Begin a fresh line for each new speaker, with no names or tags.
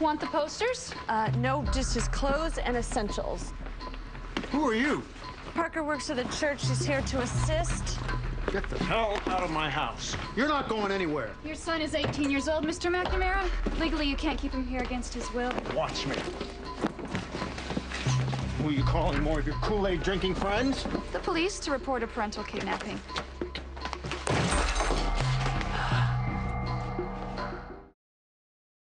Want the posters?
Uh, no, just his clothes and essentials.
Who are you?
Parker works for the church. He's here to assist.
Get the hell out of my house. You're not going anywhere.
Your son is 18 years old, Mr. McNamara. Legally, you can't keep him here against his will.
Watch me. Who are you calling more of your Kool-Aid drinking friends?
The police to report a parental kidnapping.